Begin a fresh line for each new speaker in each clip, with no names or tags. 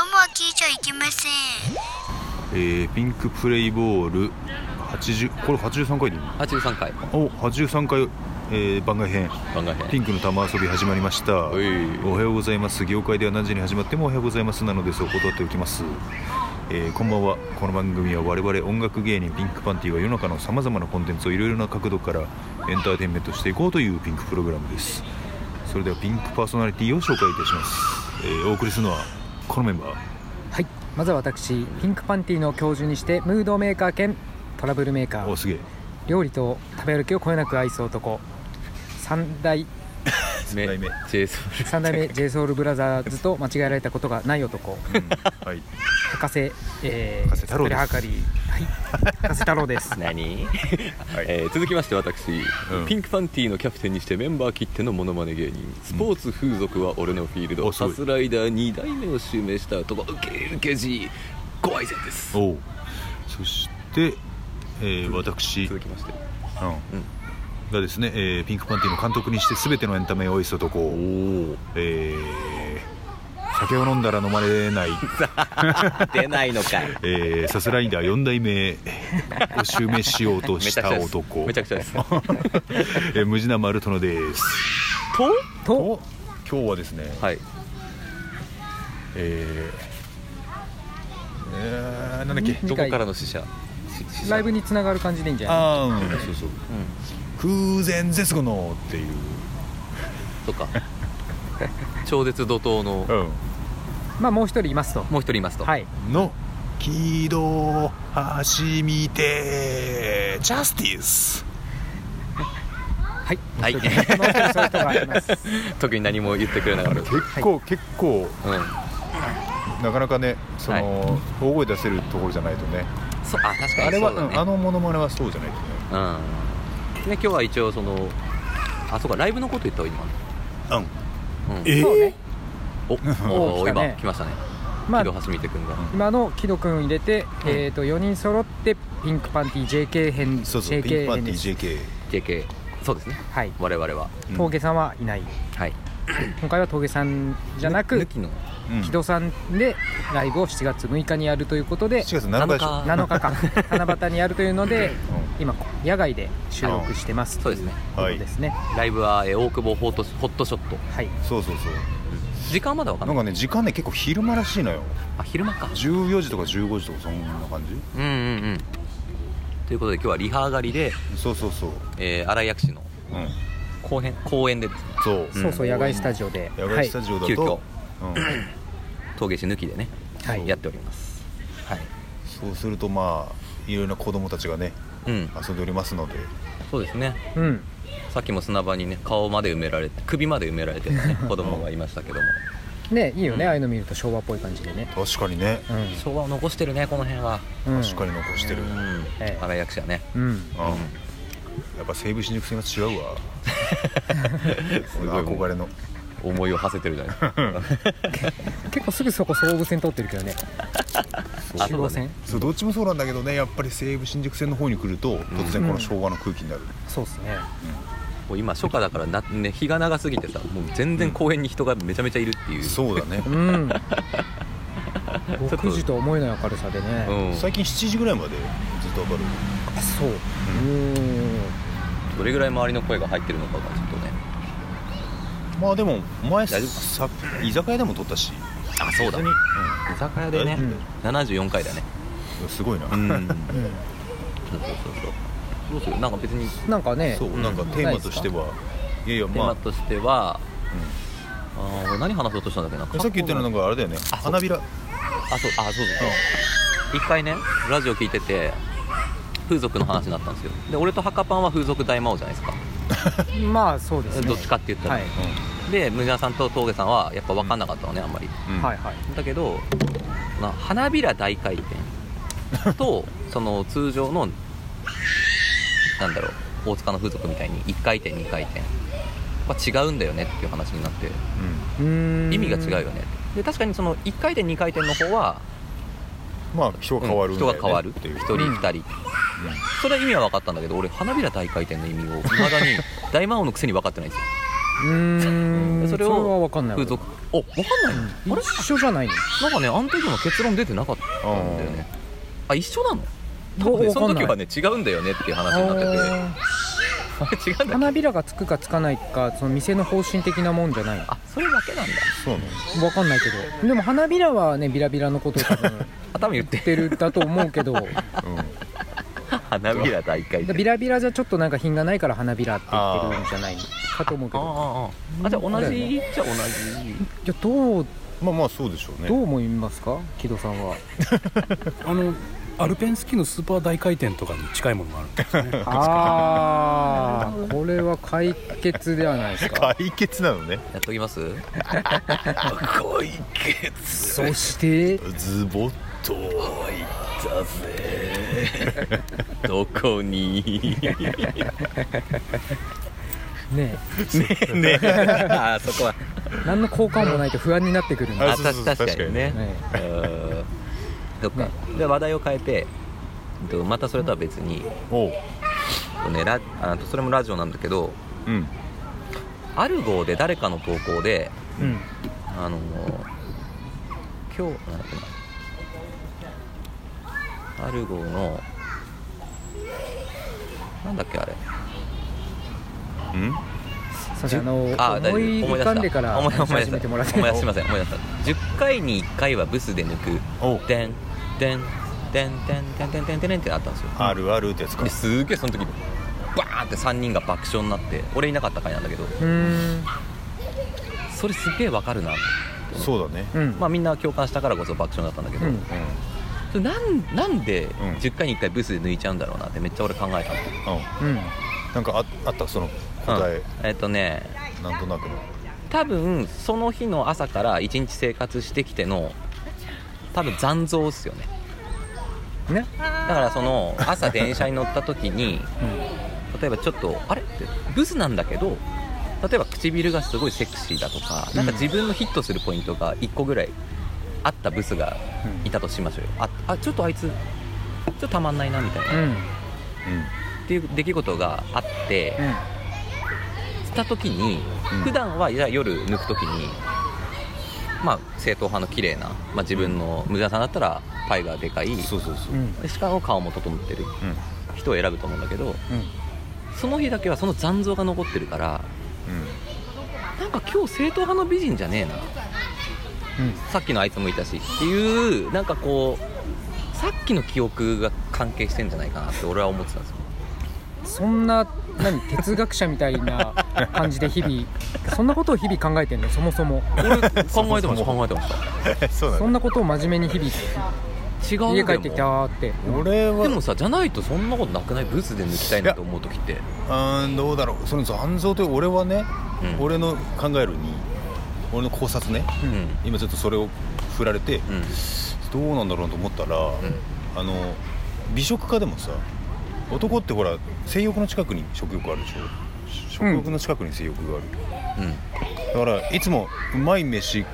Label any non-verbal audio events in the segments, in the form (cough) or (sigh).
ゃいけません
えーピンクプレイボール80これ83回でいいの
83回番
お83回、えー番外編
外
ピ
編
ンクの玉遊び始まりましたお
おい
はようございます業界では何時に始まってもおはようございますなのですを断っておきます、えーこんばんはこの番組は我々音楽芸人ピンクパンティが世の中のさまざまなコンテンツをいろいろな角度からエンターテインメントしていこうというピンクプログラムですそれではピンクパーソナリティを紹介いたします、えーお送りするのはこのメンバー
はいまずは私ピンクパンティの教授にしてムードメーカー兼トラブルメーカ
お
ー
すげえ
料理と食べ歩きをこよなく愛す男三代
目
代目
j ソ u
三代
(laughs)
目 j s o u l b r o t h e r s と間違えられたことがない男
うんはい
博士、えー、
博士太郎です
スプレハカリーはい博士太郎で
(laughs)
す
何、えー続きまして私、
ん
ピンクパンティのキャプテンにしてメンバー切ってのモノマネ芸人スポーツ風俗は俺のフィールド、
おすごい
サスライダー2代目を襲名した男ウケウケジご愛拶です
おうそして、えー私、
続きまして
うんがですね、えーピンクパンティの監督にして全てのエンタメを愛す男
お
えー酒を飲んだら飲まれない、
お出ないのかい
えーサスライダー4代目を襲名しようと
め
し
ちゃく
た
ちゃです
男
(laughs) めちゃくちゃですと
(laughs) えームジナマルトノです
と
お今日はですね、
はい
えーえーなんだっけ
うん
どこからの死者し死者
ライブにつながる感じでいいんじゃない
ああそうそう、空前絶後のっていう、
と (laughs) か超絶怒涛の
まあもう一人いますと
もう一人いますと、
はい
の軌道走みてジャスティス
はい
はい
もう一人もう一人そういう人がいます
(laughs)
(laughs)
特に何も言ってくれなかった、うん、
結構、結構なかなかねその、大声出せるところじゃないとね
そうあ確か
あ
に
れ
そ
は
うだね
うんあのモノマネはそうじゃないとね
うん、で今日は一応そのあそうかライブのこと言ったわ今、
うん
うん、
え
そうね
おお
お
お
来たね
今来ましたね
ま
木
あ
戸橋見てくんが、
今の木戸君を入れて、
うん
えー、と4人揃ってピンクパンティ JK 編
そうそう
JK
ピンクパン
編
テ
です
ィ
JK そうですね
はい
我々は
うん
峠さんはいない、
はい
今回は峠さんじゃな
ぬ抜
く
きの
JK
木戸さんでライブを7月6日にやるということで
7月7日でしょ
7
7日間七夕にやるというので今野外で収録してます
そうですね
と
はい
いうことですね
ライブは、えー大久保ホットホットショット
はい
そうそうそう
時間はまだわかん
な
ない
んかね時間ね結構昼間らしいのよ
あ昼間か
14時とか15時とかそんな感じ
うんうんうんということで今日はリハ上がりで、
そうそうそう
えー、新井薬師の
うん
公演公演でですね
そう
そうそう野外スタジオで
野外スタジオだ
急遽
と、うん
陶芸師抜きでね、
はい
やっておりますはい
そうするとまあいろいろな子供たちがね
うん
遊んでおりますので
そうですね
はいうん
さっきも砂場にね顔まで埋められて首まで埋められてた (laughs) ね子供がいましたけども
ねいいよねああいうの見ると昭和っぽい感じでね
確かにね、
う
昭和を残してるねこの辺は
んうん
確かに残してる、
う
うん
ん
ええ
新井役者ね
うん
やっぱ西武新宿線は違う
(laughs)
わ
す
俺
ごい
の憧れの
思いを馳せてるじゃ (laughs) ないですか
結構すぐそこ総武線通ってるけどね
あ
中央線
そうどっちもそうなんだけどねやっぱり西武新宿線の方に来ると突然この昭和の空気になる、
そうですね
もう今初夏だからな、ね、日が長すぎてさもう全然公園に人がめちゃめちゃいるっていう、
そうだね
うん
ちょっと
6時と思えない明るさでね
うん
最近7時ぐらいまでずっと明るい
あそううん
どれぐらい周りの声が入ってるのかがちょっとね
まあでも前
大丈夫
さ居酒屋でも撮ったし
あそうだ
別に、う
居酒屋
で
で
ね
ね74回だね
んすごいな、
うん (laughs) そう
うん
そうそうそうどうするなんか別に
なんかね
(laughs) そう、なんかテーマとしては、いやいや
テー
まあ、
マとしては、あー俺何話そうとしたんだっけな
うんさっき言ったのなんかあれだよね
あそう
花びら
あそうあそうそう一回ねラジオ聞いてて風俗の話になったんですよで俺とハカパンは風俗大魔王じゃないですか
まあそうですね
どっちかって言ったら、
はい
でムジナさんと峠さんはやっぱ分かんなかったのね、あんまり
うん
はいはい
だけどな花びら大回転
(laughs)
とその通常のなんだろう大塚の風俗みたいに1回転2回転は違うんだよねっていう話になって
うん
うーん
意味が違うよねで確かにその1回転2回転の方は
まあ人が変わる
うんん
だ
人
よね
が変わる
ってい
1
う
人
うん
2人、それは意味は分かったんだけど俺花びら大回転の意味をいまだに大魔王のくせに分かってないんですよ
うーん
それを
それは分かんない
風俗おわかんないのあれ
一緒じゃないの
なんかねあの時も結論出てなかったんだよねあ一緒なの多分ね
わ
そ
か
の
んない
時はね違うんだよねっていう話になって
あ
て違うん
ー
だっけ
花びらがつくかつかないかその店の方針的なもんじゃないの
あそれだけなんだ
そうなの
分かんないけどでも花びらはねビラビラのことを多分
頭言っ
(laughs) 言っててるだと思うけ
(laughs)
ど
うん
花びら大会って
ビラビラじゃちょっとなんか品がないから花びらって言ってるんじゃないのかと思うけ
ああ
ど
あああじゃあ同じじゃあ同じ
いやどう
まあまあそうでしょうね
どう思いますか木戸さんは
あのアルペンスキーのスーパー大回転とかに近いものがあるんですよね
ああこれは解決ではないですか
解決なのね
やっときます解決
そして
ズボッと
だぜどこに
ね
ねああそこは
何の効果もないと不安になってくるんで
あ
あ
ね
そうそう
た確かにねうんそっかで話題を変えてうんとまたそれとは別に
おう
こうねラあそれもラジオなんだけど
うん
アルゴで誰かの投稿で
うん
あの今日なんだっけなアルゴのなんだっけあれ
うん
そうですね
あ
あの思い浮かんでから
思い出した思い
始
出し
め
た
てもらって
思い出したすいません思い出した10回に1回はブスで抜く
おう
「でんでんでんでんでんでんでんでんでん」ってなったんですよ
あるあるってやつか
ですげえその時にバーンって3人が爆笑になって俺いなかった回なんだけど
うーん
それすげえわかるな
そうだね
うん
まあみんな共感したからこそ爆笑だったんだけど、
うん
うん
それなんなんで
ん
10回に1回ブスで抜いちゃうんだろうなってめっちゃ俺考えたの、
うん
うん
なんかああったその
うん
答え、
えっ、とね
なんとなくの
多分その日の朝から1日生活してきての多分残像っすよね
ね
だからその朝電車に乗った時に
うん
例えばちょっとあれってブスなんだけど例えば唇がすごいセクシーだとかなんか自分のヒットするポイントが1個ぐらいあったブスがいたとしましょうよああちょっとあいつちょっとたまんないなみたいな、
う
っ
ん
ていう出来事があって、
うん
した時に、
うん
普段はじゃあ夜抜く時にまあ正統派の綺麗な、まあ、自分の無駄さんだったらパイがでかい
うんそうそうそう
う
うん
ん
でしかも顔も整ってる人を選ぶと思うんだけど
うん
その日だけはその残像が残ってるからなんか今日正統派の美人じゃねえな
うん
さっきのあいつもいたしっていうなんかこうさっきの記憶が関係してんじゃないかなって俺は思ってたんですよ
そんな何哲学者みたいな感じで日々そんなことを日々考えてんのそもそも
俺考えてま
そも
し
そ
た
も
考えてました
うん (laughs) そうだ
そん
ね
なことを真面目に日々
違うんだ
家
よ
帰ってきたーって
俺
で
は
もさじゃないとそんなことなくないブスで抜きたいなと思う時って
うーんどうだろうその残像という俺はね、
うん
俺の考えるに俺の考察ね
うん
今ちょっとそれを振られて、
うん
どうなんだろうなと思ったら、あの美食家でもさ男ってほら性欲の近くに食欲あるでしょ食欲の近くに性欲がある、
う
だからいつもうまい飯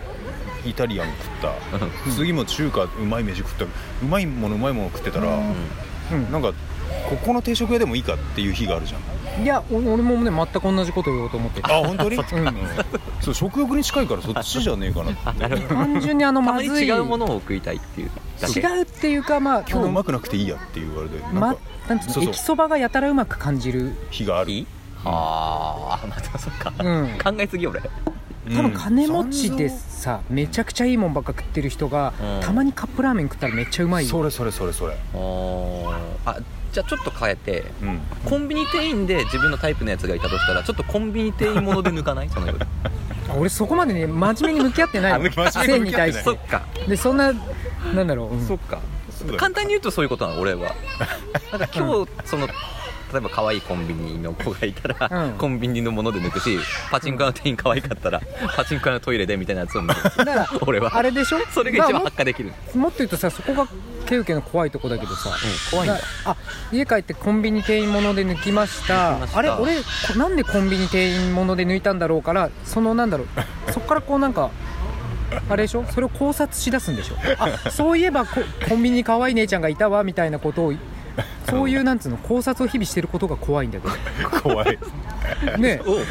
イタリアン食った、次も中華うまい飯食ったうまいものうまいもの食ってたら、
うん
なんかここの定食屋でもいいかっていう日があるじゃん
いやお俺もね全く同じこと言おうと思ってて
あ本当に、うん、そう食欲に近いからそっちじゃねえ
(laughs)
かなって
んなるほど
単純にあの
(laughs) た
ま
まに
ずい
違うものを食いたいっていうだけ
違うっていうかまあ
今日うま
く
くなくていいやっていうあれでなん
ま
か
なんつう
そ
の
うそう
駅そばがやたらうまく感じる
日がある
いいあーあまたそっか、
うん
考えすぎ俺
うん
多分金持ちでさめちゃくちゃいいもんばっか食ってる人が
うん
たまにカップラーメン食ったらめっちゃうまい
それそれそれそれ
おーあじゃあちょっと変えて
うん
コンビニ店員で自分のタイプのやつがいたとしたらちょっとコンビニ店員もので抜か (laughs) ないその夜
あ俺そこまでね真面目に向き合ってないの
真面目
性
に
に
向き合ってない
対し
そってか
でそんななんだろううん
そっか
そうだよ
簡単に言うとそういうことなの俺 (laughs) はなんか今日その例えば可愛いコンビニの子がいたら、
うん
コンビニのもので抜くしパチンコ屋の店員可愛かったらパチンコ屋のトイレでみたいなやつを抜
(laughs)
く
だから
(laughs) 俺は
あれでしょ
それが一
ま
番
あも
発火できる、
もっと言うとさそこがケウケの怖いとこだけどさ、
怖いんだ
だあ家帰ってコンビニ店員物で抜きまし
抜
た
きました
あれ俺こなんでコンビニ店員物で抜いたんだろうからそのなんだろ
(laughs)
うそこからこうなんかあれでしょそれを考察しだすんでしょあそういえばこコンビニ可愛い姉ちゃんがいたわみたいなことをそういうなんつうの考察を日々してることが怖いんだけ (laughs)
怖い、 (laughs)
どねえ、
おうおう
う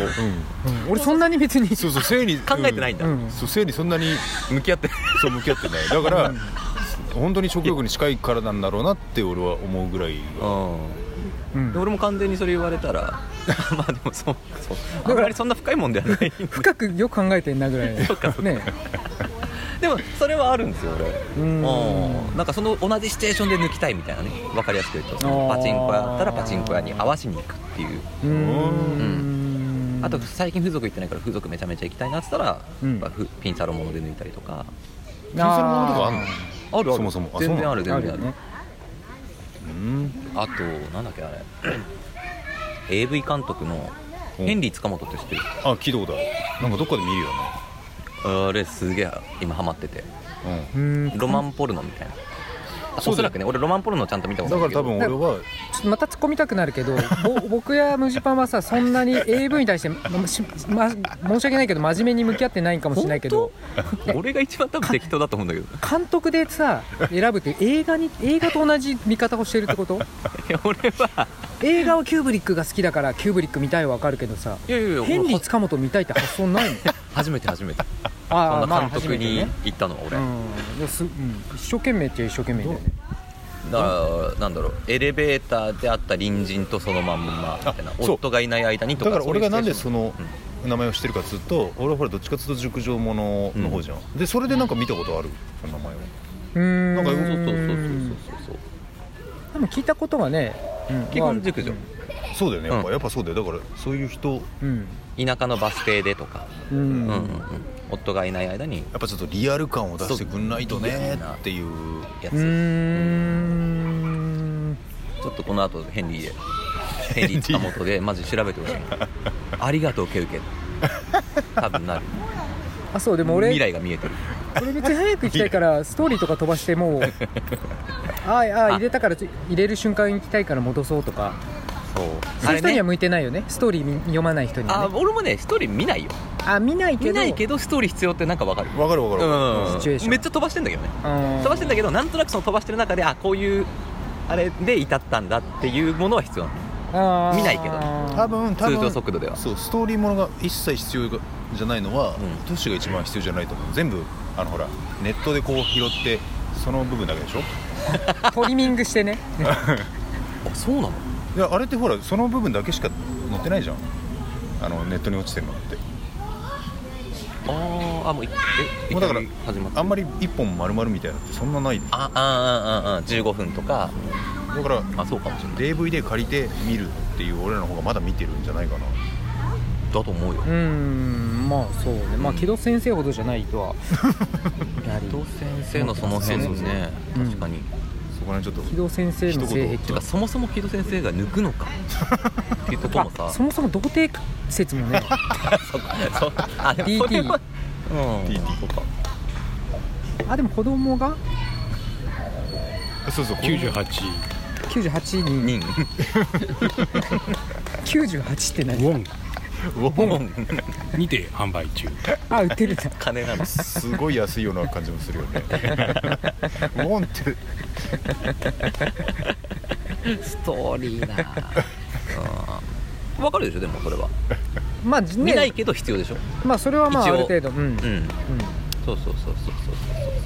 うん俺そんなに別に
ん、そうそう性に
考えてないんだ、
うん
そう性にそんなに
向き合って
そう向き合ってないだから本当に食欲に近いからなんだろうなって俺は思うぐらいが
うん
で俺も完全にそれ言われたら (laughs) まあでもそうそうあんまりそんな深いもんではない
深くよく考えてんなぐらいね
でもそれはあるんですよ俺
うん
うんなんかその同じシチュエーションで抜きたいみたいなね分かりやすく言うとその
あー
パチンコやったらパチンコ屋に合わしに行くっていう
う
うん
あと最近風俗行ってないから風俗めちゃめちゃ行きたいなっつったら、
うん
まあふピンサロもので抜いたりとか
気にするものとかあんの
あるある
そもそもあ
全然ある
あ
全
る
然
よ
ある
ね
うん
あとなんだっけあれ AV 監督の
うん
ヘンリー塚本って知ってる
あ聞いたことあるなんかどっかで見るよね
あれすげえ今ハマってて
う
うん
ロマンポルノみたいなあ
そうだよ
おそらくね俺ロマンポルノちゃんと見たこ
ん
と
だ
な
か
い
ら
けど
多分俺は
ちょっとまた突っ込みたくなるけどぼ (laughs) 僕やムジパンはさそんなに AV に対して、ましま申し訳ないけど真面目に向き合ってないんかもしれないけど
本当 (laughs) 俺が一番多分適当だと思うんだけど
監督でさ選ぶって映画に映画と同じ見方をしてるってこと
いや俺は
映画はキューブリックが好きだからキューブリック見たいはわかるけどさ
いやいやいや
ヘンリー
俺
塚本見たいって発想
(laughs)
ないの
初めて初めてそ
あー
んな監督
て
に行ったの俺、
うんでもすうん、一生懸命って一生懸命だよね
だからなんだろうエレベーターであった隣人とそのまんまみたいな
あそう
夫がいない間にと
だ
か
から俺がなんで
そ
そう
いう
の名前を知ってるかっつうと俺はほらどっちかっつうと熟女ものの方じゃん、でそれでなんか見たことあるその名前を
うーん
なんか
シチュエーション
で
そうそうそうそうそうそう
も聞いたことがね、うん
基本熟女
そうだよねやっぱ,、
うん
やっぱそうだよだからそういう人や
うん
田舎のバス停でとか、
う
うんう
ん
んうん、夫がいない間に
っぱちょっとリアル感を出してくんないとねっていう
やつ、
うーん
ちょっとこの後ヘンリー (laughs) でヘンリー塚本でまず調べてほしいありがとうケウケ多分 (laughs) なる
あそうでも
未
俺
来が見えてる
俺別に早く行きたいからストーリーとか飛ばし
(laughs)
てもうあーあー入れたからち入れる瞬間行きたいから戻そうとか
そう
そ
あ
うい
れ
う人に
ね
は向いてないよねストーリーみ読まない人に
あ
はね
俺もね一人見ないよ
あ見ないけど
見ないけどストーリー必要ってなんかわかる
わかるわかるわかる、
うん
シチュエーション
めっちゃ飛ばしてんだけどね
うん
飛ばしてんだけどなんとなくその飛ばしてる中であこういうあれで至ったんだっていうものは必要なの
あー
見ないけど
多分多分
通常速度では
そうストーリーものが一切必要がじゃないのは、
ん
都市が一番必要じゃないと思う全部あのほらネットでこう拾ってその部分だけでしょ
トリミングし
(laughs)
てね
あそうなの
いやあれってほらその部分だけしか載ってないじゃんあのネットに落ちてるのって
あーあもういえ
もうだから
いきなり始まった
あんまり一本丸々みたいなのってそんなないだ
ああああああ15分とか
から
あそうかもしれない
DVD 借りて見るっていう俺らの方がまだ見てるんじゃないかな
だと思うよ
うんまあそうねまあ木戸先生ほどじゃない
(laughs)
とはやはり
伊藤先生のその辺
そうそう
ね
うん
確かに
そこら辺ちょっと
木戸先生の性
て
癖
かそもそも木戸先生が抜くの (laughs) かっていうところも
あ
さ
そもそも童貞説もね
(laughs) そうあでもそれはうん
DT とか
あでも子供が
そうそう
98
98人
人
(laughs) 98って
ウ (laughs)
何
ォンにて販売中
あ売ってるんだ
金なの
すごい安いような感じもするよ
(laughs)
ねウォンって
ストーリーなうんわかるでしょでもそれは
まあね
見ないけど必要でしょ
まあそれはまああ
一応
る程度うん
うんそうそうそうそうそ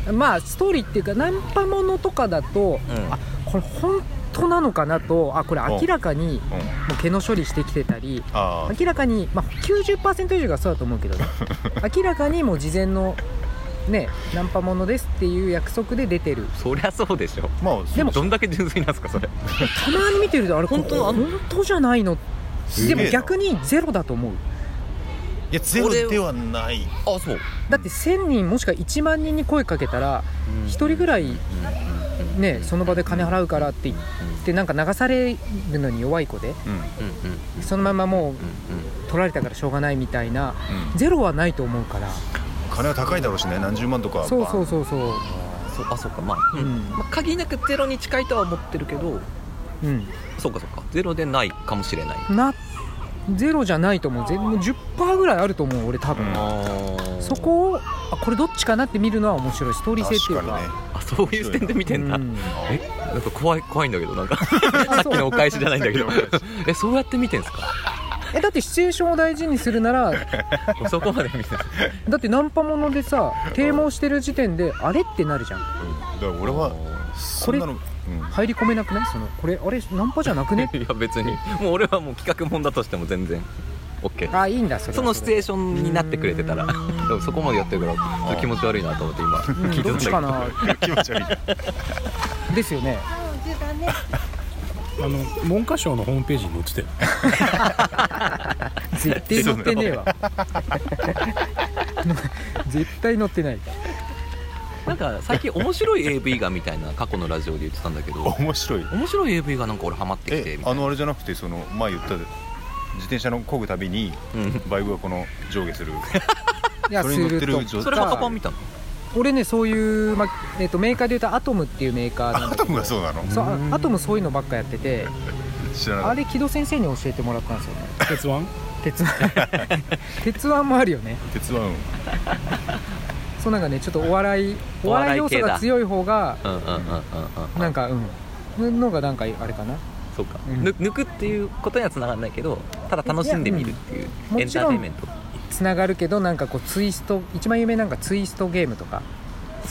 う
うんまあストーリーっていうかナンパものとかだと
そううん
あこれ本当なのかなとあこれ明らかに
うん
もう毛の処理してきてたり
あ
明らかに、まあ、90%以上がそうだと思うけどね明らかにもう事前のねナンパものですっていう約束で出てる
そりゃそうでしょ
あまあ
でも
どんだけ純粋なんすかそれ
たまに見てるとあれ
本当
これ本当じゃないの
すげ
で
えな
も逆にゼロだと思う
いやゼロではない
あそう
だって1000人もしくは1万人に声かけたら1人ぐらいねその場で金払うからって言ってなんか流されるのに弱い子で
うんうん
うんうんうん
そのままもう
うん
取られたからしょうがないみたいなゼロはないと思うから
金は高いだろうしね何十万とか
そうそうそうそう
そうあそうかまあ、
うん
まあ、限りなくゼロに近いとは思ってるけど
うん
そうかそうかゼロでないかもしれない
なゼロじゃないと思う全部10%ぐらいあると思う俺多分、
うん
あ
そこをあこれどっちかなって見るのは面白いストーリー性っていう
確
か
かにね
あそういう視点で見てんだ、
うん
えなんか怖い怖いんだけどなん (laughs) かさっきのお返しじゃないんだけ (laughs) どえそうやって見てんすか
えだってシチュエーションを大事にするなら
そこまで見てない
だってナンパものでさ啓蒙してる時点であれってなるじゃん
だから俺はそんなの、うん、
入り込めなくないそのこれあれナンパじゃ
(laughs)
なくね
いや別にもう俺はもう企画もんだとしても全然 OK
あいいんだそれは
そのシチュエー
シ
ションになってくれてたらでもそこまでやってるからちょっと気持ち悪いなと思って今聞いてたん
どっ
だ
ち
け
か
ど
な
(laughs) 気持ち悪いな
ですよね
あの文科省のホームページに載ってて
絶対乗ってねえ
(laughs)
わ絶対乗ってない
なんか最近面白い AV がみたいな過去のラジオで言ってたんだけど
面白い
面白い AV がなんか俺ハマってきて
え
みたい
あのあれじゃなくてその前言った自転車の漕ぐたびに
なうん
バイクがこの上下する
いや
そ
す
れに乗って
る
る
と
女
それ
は
パパパン見たの
俺ねそういう、まえっとメーカーでいうとアトムっていうメーカーなん
ア
だけ
ト
ど
ムがそうなの
そうあアトムそういうのばっかやってて
知らなか
あ
っ
れ木戸先生に教えてもらったんですよね
「鉄腕
鉄腕
(laughs)
鉄腕もあるよね
た鉄腕
そうなんかねちょっとお笑い
お
お
笑
笑
い
い要素
系だ
が強い方が
うんうんうんうんうん
なんかうんのがなんかあれかな
そうか、
うん
ぬ抜くっていうことにはつながらないけどただ楽しんでみるっていう
うん
エンターテインメント
つながるけどなんかこうツイスト一番有名なんかツイストゲームとか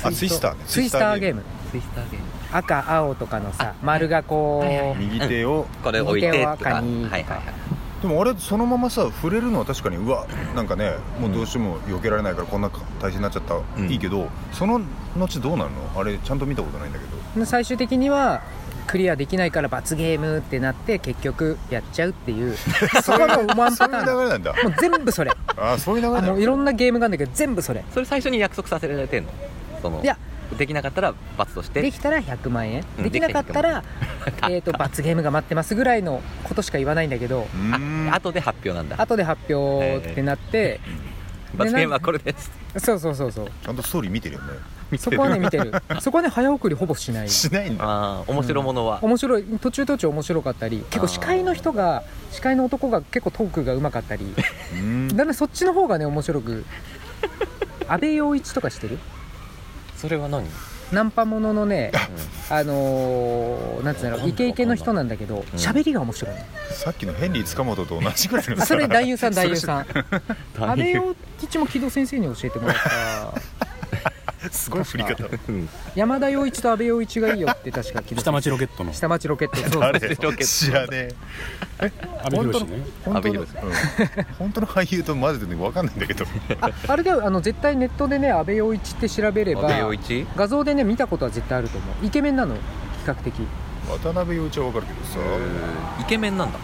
あツイスターね
ツイスターゲーム
ツイスターゲーム
赤青とかのさ丸がこう、
はいはい
右手を
これ置いて
右手
と
を
か
赤にとか
はいはいはい
でもあれそのままさ触れるのは確かにうわなんかねもうどうしても避けられないからこんな体勢になっちゃった、
ん
いいけどその後どうなるのあれちゃんと見たことないんだけど
最終的にはクリアできないから罰ゲームってなって結局やっちゃうっていうそこのワン
そ
パ
う
タ
いう
ーン
流れなんだ
もう全部それ
あそういう流れな
も
ん
うい
だ
ろんなゲームがあるんだけど全部それ
それ最初に約束させられてんのその
いや
できなかったら罰として
できたら100万円
うん
できなかったらえーと罰ゲームが待ってますぐらいのことしか言わないんだけど
うーん
あ後で発表なんだ
後で発表ってなって
罰ゲームはこれです
そうそうそうそう
ちゃんとストーリー見てるよね
そこはね見 (laughs) てるそこはね早送りほぼしない
しないんだ
ああ面白ものは、
面白い途中途中面白かったり結構司会の人が司会の男が結構トークがうまかったり
うーん
だんだんそっちの方がね面白 (laughs) く安倍陽一とかしてる
それは何、うん、
ナンパもののねあのー、なんつうんだ
わかん
ろ
な
う
い
イケイケの人なんだけど喋、りが面白いの
さっきのヘンリー塚本と同じぐらいのさ
それ男優さん (laughs) 男優さん安倍
大変
陽一も木戸先生に教えてもらった
すごい振り方
うん
山田陽一と安倍陽一がいいよって確か木戸先生
下町ロケット」の
下町ロケットそうそう
あれ
ロケット
知らねえ
阿部寛ね
本当の
阿部
うん本当の俳優と混ぜてるの分かんないんだけど
ああれだよあの絶対ネットでね安倍陽一って調べれば
安倍陽一
画像でね見たことは絶対あると思うイケメンなの比較的比
渡辺陽一は分かるけどさ
イケメンなんだ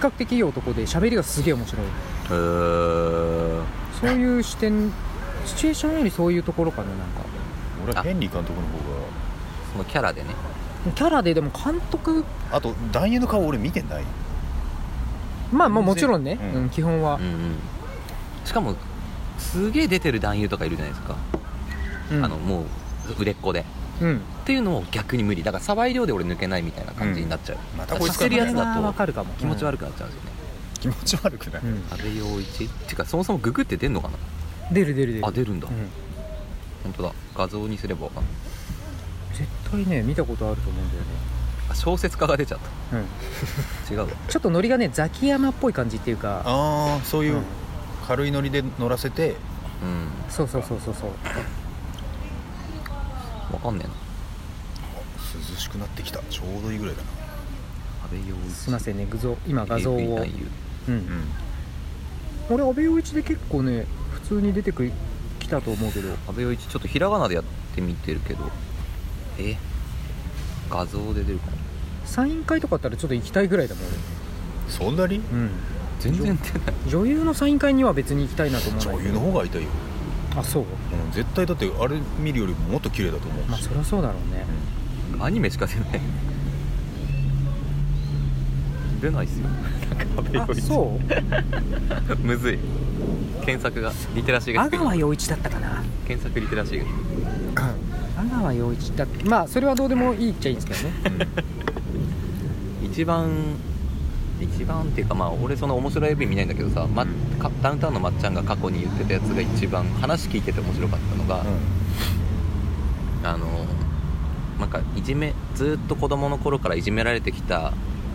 較的いい男で喋りがすげえ面白い
へえ
そういう視点 (laughs) シチュエーションよりそういうところかななんか
俺はヘンリー監督の方
そのキャラでね
キャラででも監督
があと男優の顔俺見てない
まあまあもちろんね、
うん
うん基本は
うん、うんしかもすげえ出てる男優とかいるじゃないですか、
うん
あのもう売れっ子で
うん
っていうのを逆に無理だから沢井量で俺抜けないみたいな感じになっちゃう、
うんまたこい
知
つ
ってるやつ
それは
だ
わか
と
るかも
気持ち悪くなっちゃうんですよね、
気持ち悪くない、
うん
安倍陽一っていうかそもそもググって出んのかな
出る出る出る
あ出るんだ、
うん
本当だ画像にすればわかんない
絶対ね見たことあると思うんだよね、
あ小説家が出ちゃっ
うん、
た違うわ
ちょっとノリがねザキヤマっぽい感じっていうか
ああそういううん軽いノリで乗らせて
うん
そうそうそうそうそう
わかんねえな
涼しくなってきたちょうどいいぐらいだな
安倍陽一
すいませんね画像今画像
AV
を
男、優
うん
う、ん
俺安倍陽一で結構ね普通に出てくきたと思うけど
安倍陽一ちょっとひらがなでやってみてるけどえ画像で出るかな
サイン会とかあったらちょっと行きたいぐらいだもん
そんなに
俺、うん、
全然出ない
女優のサイン会には別に行きたいなと思う
女優の方が会いたいよ、
あそう
うん、絶対だってあれ見るよりもっと綺麗だと思うし、
まあそりゃそうだろうね
アニメしか出ない出ないっすよ
あそう
(laughs) むずい検索がリテラシーが
阿
低い
川陽一だったかな
検索リテラシーが低い
阿川陽一だってまあそれはどうでもいいっちゃいいんですけどね
一番一番っていうかまあ俺その面白い AV 見ないんだけどさ、ま、かダウンタウンのまっちゃんが過去に言ってたやつが一番話聞いてて面白かったのが、
うん
あの、ま、なんかいじめずっと子供の頃からいじめられてきた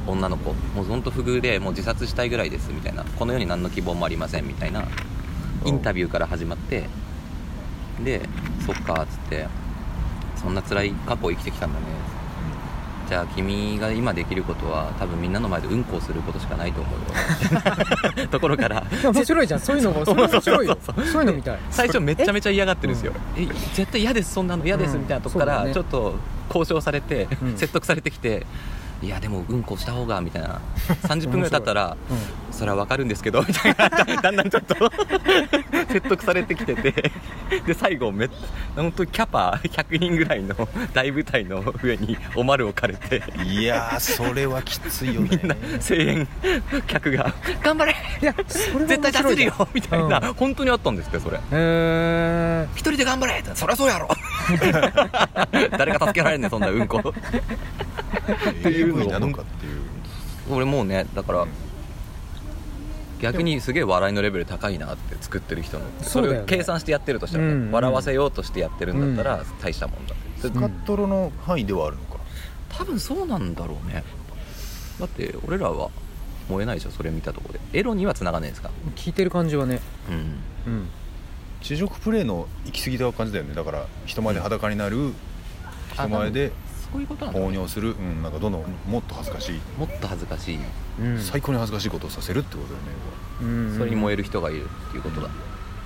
女の子もうほんと不遇でもう自殺したいぐらいですみたいなこの世に何の希望もありませんみたいなインタビューから始まってでそっかっつってそんな辛い過去を生きてきたんだねじゃあ君が今できることは多分みんなの前でうんこをすることしかないと思うよところから
いや面白いじゃんそういうのがそれ面白いよ
そ
そういうのみたい
最初めちゃめちゃ嫌がってるんですよ、え絶対嫌ですそんなの嫌です
うん
みたいなとこか
そうだ
ら
ね
ちょっと交渉されて、
うん
説得されてきていやでもうんこした方がみたい
(laughs)
な30分ぐらい経ったらそれはわかるんですけどみたいなだんだんちょっと説得されてきててで最後め本当キャパ100人ぐらいの大舞台の上におまる置かれて
いやーそれはきついよ
(laughs) みんな
ね
声援客が「頑張れ
いやそれは
絶対出せる
面白いじゃん
よ」みたいな、
うん
本当にあったんですってそれ。
へ
一人で頑張れってそりゃそうやろ (laughs) 誰が助けられんねんそんなうんこ
AV なのかっていう
俺もうねだから逆にすげえ笑いのレベル高いなって作ってる人の
そうだよね
れを計算してやってるとしたらね、
うんうん
笑わせようとしてやってるんだったら大したもんだ、
スカットロの範囲ではあるのか
多分そうなんだろうねだって俺らは燃えないでしょそれ見たところでエロには繋がないですか
え聞いてる感じはね
うん
うん
地上プレイの行き過ぎた感じだよねだから人前で裸になる人前で
そういうことなんだ
放尿するうんなんかどんどんもっと恥ずかしい
もっと恥ずかしい
うん
最高に恥ずかしいことをさせるってことだよね
うん
それに燃える人がいるっていうことだ、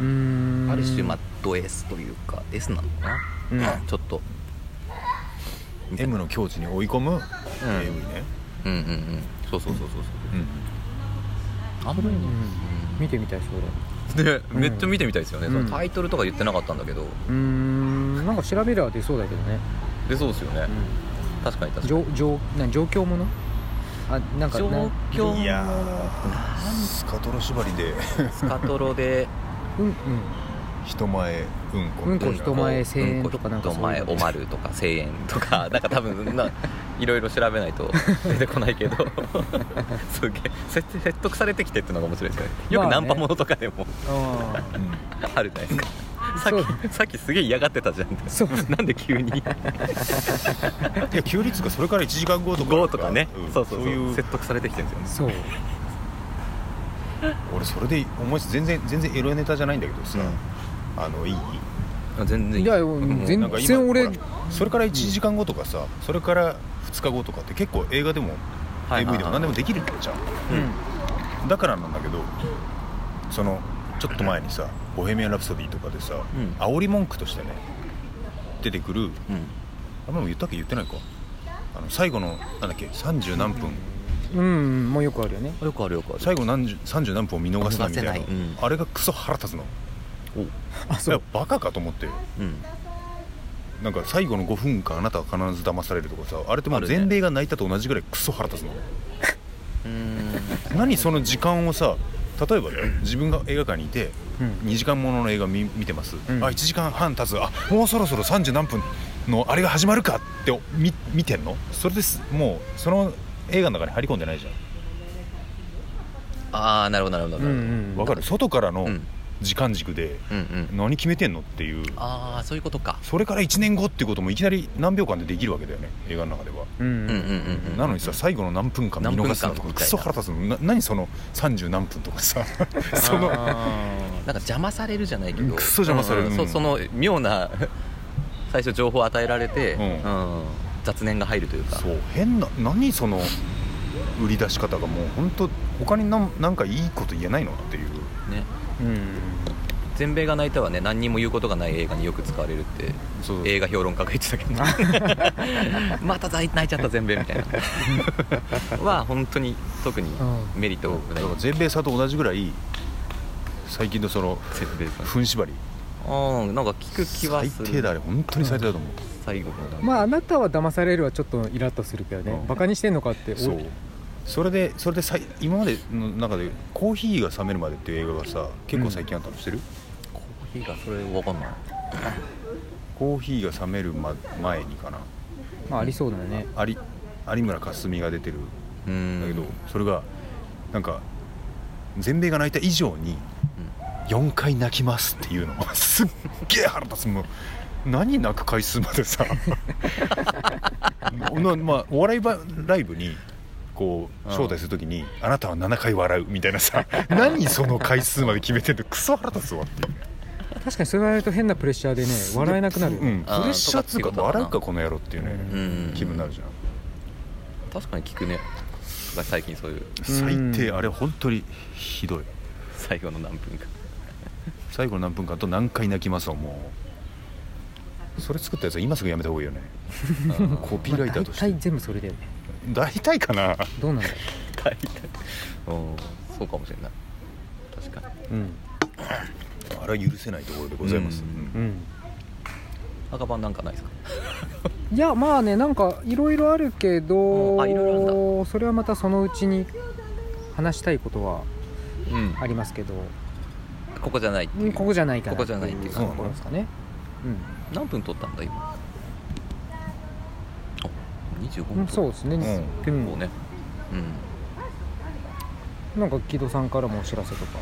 うん
ある種まあド S というか S なのかな、
うん
ちょっと
M の境地に追い込む AV ね
うんうんうんそうそうそうそうそうあんまりね
見てみたいそれ
で
うん
めっちゃ見てみたいですよね、
うん
そのタイトルとか言ってなかったんだけど
うんなんか調べれば出そうだけどね、
でそうですよね、確かに確かに
状状なん状況ものあなんか
状
な
況
いやースカトロ縛りで
スカトロで
うんうん
人前うんこ
うんこ人前声援
うんこと
かなんか
人
そうい
前
うの
おまるとか声援とかなんか多分ないろいろ調べないと出てこないけどすげえ説説得されてきてってのが面白いですよねよ
まあ
く
ね
ナンパものとかでも
ああ
うん
あるじゃないですかさ
そう
っきさっきすげえ嫌がってたじゃんって
そう
なんで急に
いや給率がそれから1時間後とか
5とかね、
ん
そうそうそう
いう
説得されてきてるんですよね
そう
俺それで思いつ全然全然エロネタじゃないんだけどさ、あのいい
あ全然
いや
もう
全然
なんか今
俺
ほらそれから1時間後とかさ、それから2日後とかって結構映画でも
はいはい
AV でも何でもできるじゃんだからなんだけどそのちょっと前にさ「ボヘミアン・ラプソディ」とかでさ、
ん
煽り文句としてね出てくる
うん
あんま言ったっけ言ってないかあの最後のなんだっけ30何分、
うん、うん、もうよくあるよね
よくあるよくある
最後何十30何分を見逃すなみたいな
見逃せないうん
あれがクソ腹立つの
おう
あ
いやバカかと思って
うん
なんか最後の5分間あなたは必ず騙されるとかさあれっても
あ
う
るね
前例が泣いたと同じぐらいクソ腹立つの
うーん
何その時間をさ例えばだよ自分が映画館にいて
うん
2時間ものの映画見見てます、
うん
あ1時間半経つあもうそろそろ30何分のあれが始まるかって見見てんのそれですもうその映画の中に入り込んでないじゃ
ああなるほどなるほど
うん
な
う
る
ん
ほど
ん
わかる外からの
うん
時間軸で
うんうん
何決めてんのっていう
ああそういうことか
それから1年後っていうこともいきなり何秒間でできるわけだよね映画の中では
うんうん
うんうんうんうん
なのにさ最後の何分間見逃すなと
何分間みたい
か
な
クソ腹立つのな何その30何分とか
(laughs)
さその
なんか邪魔されるじゃないけ
うん
ど
クソ邪魔される
うん
うん
そその妙な最初情報を与えられて
うん
うん雑念が入るというか
そう変な何その売り出し方がもう本当他に何なんかいいこと言えないのっていう
ね
うん
全米が泣いたはね何にも言うことがない映画によく使われるって
そう
映画評論家が言ってたけどまた泣いちゃった全米
(laughs)
みたいなは本当に特にメリットが
だ
ない
から全米さんと同じぐらい最近のその
全米さん
ふん縛り
うんなんか聞く気は
最
する
低だあれ本当に最低だと思う、
最後の
まああなたは騙されるはちょっとイラッとするけどね、
うん
バカにしてんのかって
そうそれでそれでさい今までの中で「コーヒーが冷めるまで」っていう映画がさ結構最近あったの知ってる、
コーヒーがそれ分かんない
コーヒーが冷める、ま、前にかな
まあありそうだよね
有有村架純が出てる
うーん
んだけど、それがなんか全米が泣いた以上に4回泣きますっていうのすっげえ腹立つもう何泣く回数までさ (laughs) なまあお笑いばライブにこう招待するときに、あなたは7回笑う」みたいなさ何その回数まで決めてんのクソ腹立つわっていう
確かにそれ言われると変なプレッシャーでね笑えなくなるよ、
うん、プレッシャーっつう
あーとかっていうこと
か
だな
笑うかこの野郎っていうね、
うん
気分になるじゃん
確かに聞くね最近そういう
最低あれ本当にひどい
最後の何分か
最後の何分間と何回泣きますわもうそれ作ったやつは今すぐやめた方がいい (laughs) よねうんコピーライターとして
まあ大体全部それだよね
大体かな
どうなんだろ
大体うんそうかもしれない確かに
ううん
あれは許せないところでございます、
うん
うん
赤番なんかないですか
いやまあねなんかいろいろあるけど
あいろいろ
それはまたそのうちに話したいことは
うん
ありますけど
ここじゃないっていう
ここじゃないかな
ここじゃないっていう
ところですかね
何分取ったんだ今あ25
うん、う
分
ん、そうですね、う
結
ん
構ねうん
なんか木戸さんからもお知らせとか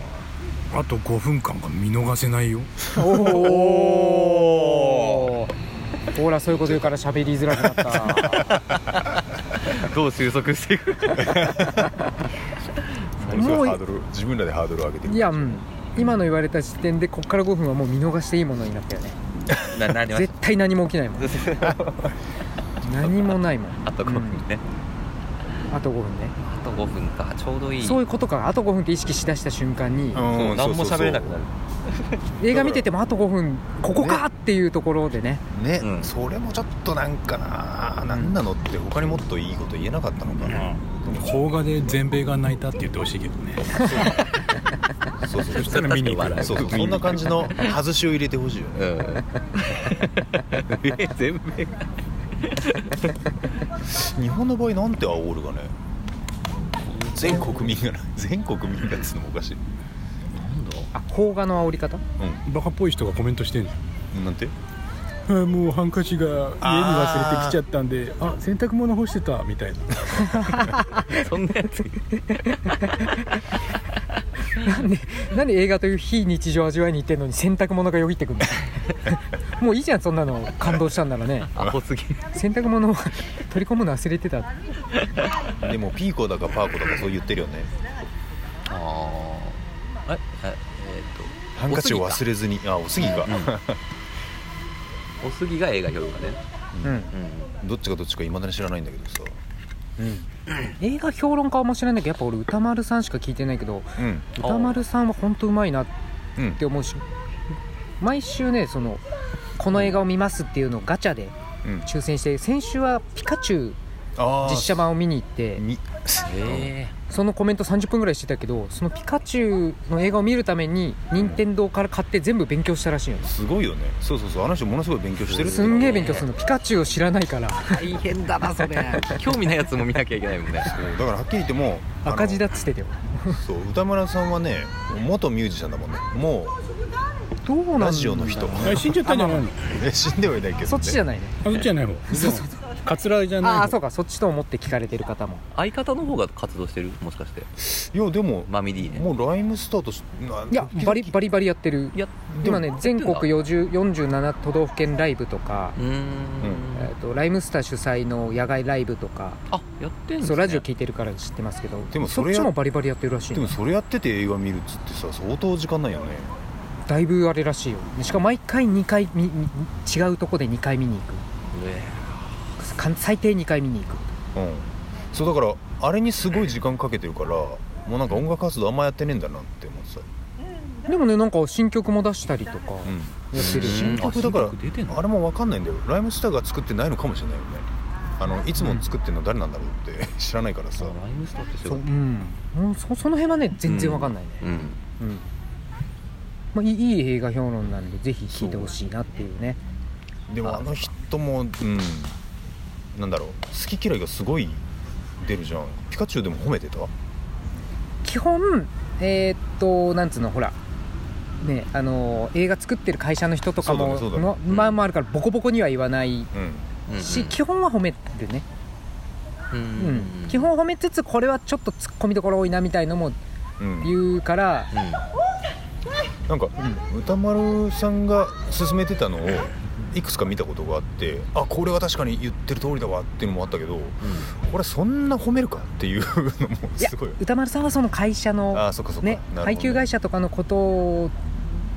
あと5分間が見逃せないよ
おおほらそういうこと言うから喋りづらく
(laughs)
なった
どう収束していく
うんそれはハードル自分らでハードルを上げていく
いやうん今の言われた時点でこっから5分はもう見逃していいものになったよね
ななりまし
絶対何も起きな
(laughs)
いもん
た
何もないもん
あと5分ね、
うんあと5分ね
あと5分かちょうどいい
そういうことかあと5分って意識しだした瞬間
う
に
ん
そう何も喋れなくなる
映画見ててもあと5分ここかっていうところでね
ね、
うん
それもちょっとなんかな何なのって他にもっといいこと言えなかったのかな、
邦画で全米が泣いたって言ってほしいけどね
そうそう
そしたら見に行く
そうそうそんな感じの外しを入れてほしいよね
うんえ (laughs) 全米が
日本の場合なんて煽るがね全国民がな全国民がっつうのもおかしい
あ邦画の煽り方
バカっぽい人がコメントしてんじゃん
うんなんて
あーもうハンカチが家に忘れてきちゃったんであ洗濯物干してたみたいな
そんなやつ
なんでなんで映画という非日常を味わいに行ってんのに洗濯物がよぎってくんだもういいじゃんそんなの感動したんならね
アホすぎる
洗濯物を取り込むの忘れてた
でもピーコだかパーコだかそう言ってるよね
ああえええーっと
ハンカチを忘
れ
れずにあおすぎか、
おすぎが映画評価ね
うん、
う
(laughs) どっちがどっちかいまだに知らないんだけどさ
映画評論家は面白いんだけどやっぱ俺歌丸さんしか聞いてないけど
うん
歌丸さんは本当うまいなっ
うん
て思うし毎週ねそのこの映画を見ますっていうのをガチャで
うん
抽選して先週はピカチュウ
あー
実写版を見に行って
に
え
そのコメント30分ぐらいしてたけどそのピカチュウの映画を見るために任天堂から買って全部勉強したらしいよね
すごいよねそうそうそうあの人ものすごい勉強してるって
すんげえ勉強するのピカチュウを知らないから
ー、大変だなそれ興味ないやつも見なきゃいけないもんね
そうだからはっきり言ってもう
赤字だ
あ
っつってたよ
のそう歌村さんはね元ミュージシャンだもんねも
どうなんだろう
ラジオの人
(laughs) あれ死んじゃったんじゃないの
うえ (laughs) 死んではいないけど、ね、
そっちじゃ
ない
ないね
あそっちじゃない方カツラじゃない
あ
方
あそうかそっちと思って聞かれてる方も
相方の方が活動してるもしかして
いやでも、
マミ D ね
もうライムスターとし
いやバリバ
リ
リバリやってる
いや
今ね全国40 47都道府県ライブとか
うーん、
えーとライムスター主催の野外ライブとか
あやってんです、ね、
そうラジオ聞いてるから知ってますけど
でもそれ
っ
や
ちもバリバリやってるらしい
でもそれやってて映画見るっつってさ相当時間ないよね
だいぶあれらしいよしかも毎回2回みみ違うとこで2回見に行
ね
くか最低2回見に行く
うんそうだからあれにすごい時間かけてるからもうなんか音楽活動あんまやってねえんだなって思ってた
でもねなんか新曲も出したりとかやってるし、
新曲だか
あ新曲出てん
ら
の
あれも分かんないんだよライムスターが作ってないのかもしれないよねあのいつも作ってるの誰なんだろうって (laughs) 知らないから
あ
さ
ライムスターってす
そ
ご
う
いう
うんもうそその辺はね全然わかんないね、
うん
うんまあ、いいいい映画評論なんでぜひ聞いてほしいなっていうね
でもあの人もうんなんだろう好き嫌いがすごい出るじゃんピカチュウでも褒めてた
基本えーっとなんつうのほらねあのー映画作ってる会社の人とかも、
そうだねそうだね
まあまああるからボコボコには言わない
うん
うん
し、基本は褒めるね、
うん
うん基本褒めつつこれはちょっとツッコミどころ多いなみたいのも
うん
言うから、
うん
なんか歌丸さんが勧めてたのをいくつか見たことがあってあこれは確かに言ってる通りだわっていうのもあったけどこれそんな褒めるかっていうのも
いや
すごい
歌丸さんはその会社
あ
の
あそっかそっか、
ね
なるほどね
配給会社とかのことを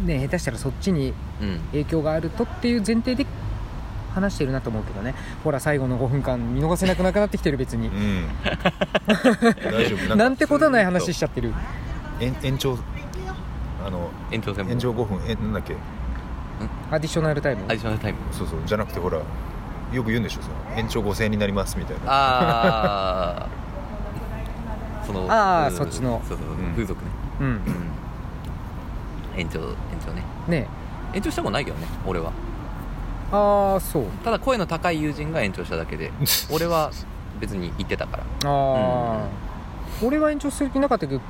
ね下手したらそっちに
うんうん
影響があるとっていう前提で話してるなと思うけどねほら最後の5分間見逃せなくなくなってきてる別に
うん (laughs) 大丈夫か
(laughs) なんてことない話しちゃってる
延延長あの
延長戦も
延長5分えなんだっけ
アディショナルタイム
アディショナルタイム
そうそうじゃなくてほらよく言うんでしょその延長5000円になりますみたいな
ああ (laughs) その
あー
うん
そっちの
そうそうそう
うん
風俗ね
うん
延長延長ね
ね
延長したもんないけどね俺は
ああそう
ただ声の高い友人が延長しただけで俺は別に行ってたから
ああ、俺は延長する気なかったけどき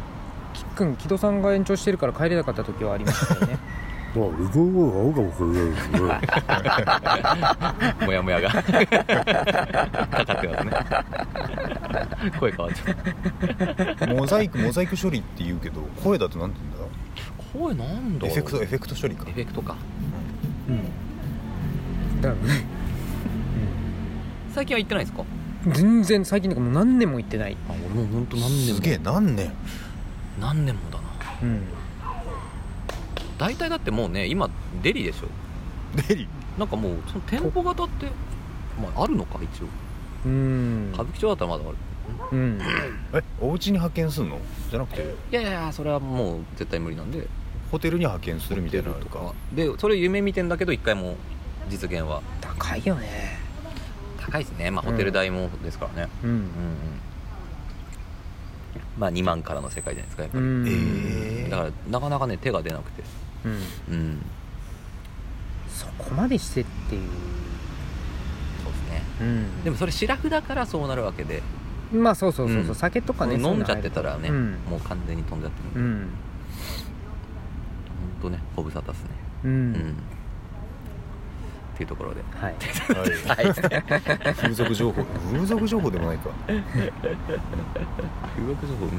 っくん木戸さんが延長してるから帰れなかった時はありましたよね
もううごうごうごうごうごう
もやもやがかかってますね声変わっちゃった
モザイ
(laughs)
クモザイク処理って言うけど声だとなんて言うんだ
声なんだ
エ
ろ
フ
う
ェクトエフェクト処理か
エフェクトか
だよね
最近は行ってないですか
全然最近とかもう何年も行ってない、
あ俺も本当
すげえ何年
何年もだな
うん、
大体だってもうね今デリでしょ
デリ
なんかもうその店舗型って、まあ、あるのか一応
うん
歌舞伎町だったらまだある
うん
えお家に派遣するのじゃなくて
いやいやいやそれはもう絶対無理なんで
ホテルに派遣するみたいなのとか
でそれ夢見てんだけど一回も実現は
高いよね
高いですねまあホテル代もですからね
う
うんん、うんまあ2万からの世界じゃないですかやっぱ
う
り、
ん、
え
だからなかなかね手が出なくて
うん、
うん
そこまでしてっていう、
そうですね
うん、
でもそれシラフだからそうなるわけで、
まあそうそうそうそう、
うん
酒とかね
飲んじゃってたらね、
そういうの
もう完全に飛んじゃって
う
る
ん
ほんとねご無沙汰っすね
うん、う
うん、
ん
っていうところで (laughs)
はい
ーはい風俗情報風俗情報でもないか
風俗情報うん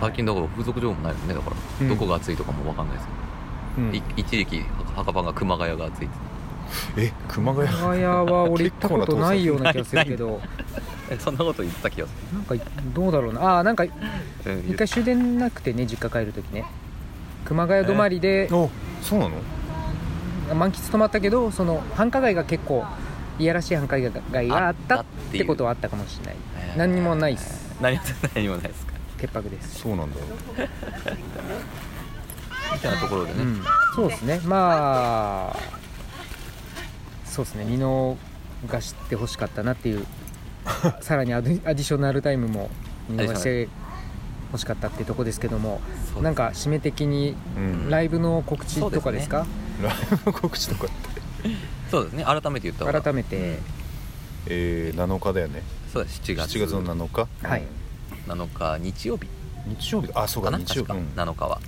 最近だから風俗情報もないもんねだから、
うん
どこが暑いとかも分かんないですけ
うん
ど、い一時期墓場が熊谷が暑いって
え熊谷
長屋は俺行ったことないような気がする
(laughs)
けど
えそんなこと言ってた気がす
なんかどうだろうなあーなんか
るうん
一回終電なくてね実家帰る時ね熊谷止まりで
おそうなの
満喫泊まったけどその繁華街が結構いやらしい繁華街があったってことはあったかもしれない
えー
何にもないっす
何も何もないですか
潔白です
そうなんだ
みたいなところでね、
うんそうですねまあそうですね見逃してほしかったなって (laughs) いうさらにアディアディショナルタイムも見逃してほしかったってとこですけども
そう
なんか締め的に
うん
ライブの告知とかですか
ライブの告知とかって
そうですね改めて言った方が
改めて、
えー7日だよね
そうです7
7
月
月の7日
はい
7日日曜日
日曜日だあそう
か
か
な
日曜
確
日
か
うん
7日は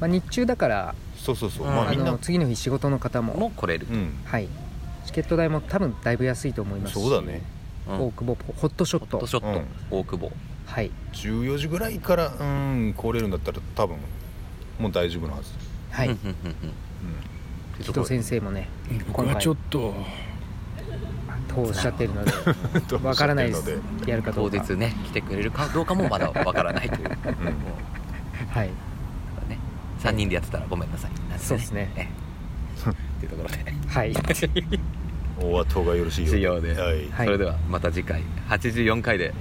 まあ、日中だから
そうそうそう
うん
まあ
あ
みんな
の次の日仕事の方も
もう来れる
う、ん
はいチケット代も多分だいぶ安いと思いますし
そうだね
うん
大久保ホットショッ
ホッ
ト
トショット、
うん
大久保
はい
14時ぐらいからうん来れるんだったら多分もう大丈夫なはず
はい、
うんうんうんうんっていう
木
とこ
戸
ろで
先生もね
(laughs) 僕はちょっと
とおっしゃってるので
うん
(laughs) わからないです
うん
やるかど
当
うか
日ね来てくれるかどうかもまだわからないというだ (laughs) か
はい
らね3人でやってたらごめんなさいなんてね
そうですね
ええっていうところで
はい
お後がよろしいよう
しいようで
はい
はい
それではまた次回84回で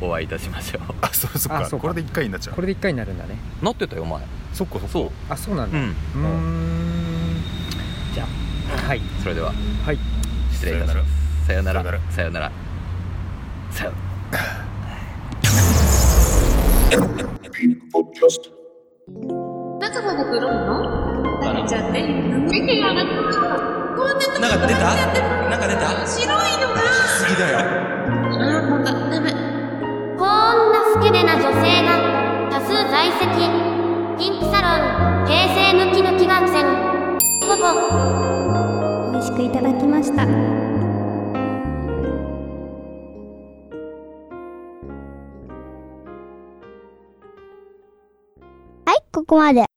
お会いいたしましょ
あそうそう
あ
か
そうか
これで1回になっちゃう
これで1回になるんだね
うなってたよお前
そっかそっか
そう
あそうなん
う
だうんーん
じゃ
はい
それでは
はい
失礼いたしますさよならさよならさよ
Podcast.
中まで来るの食べちゃって見てやらこうなってなんか出たなんか出た白いのが好きだよあーなんかダメ
こんなスケベな女性が多数在籍人気サロン平成ムキムキ学生ポポ美味しくいただきましたはいここまで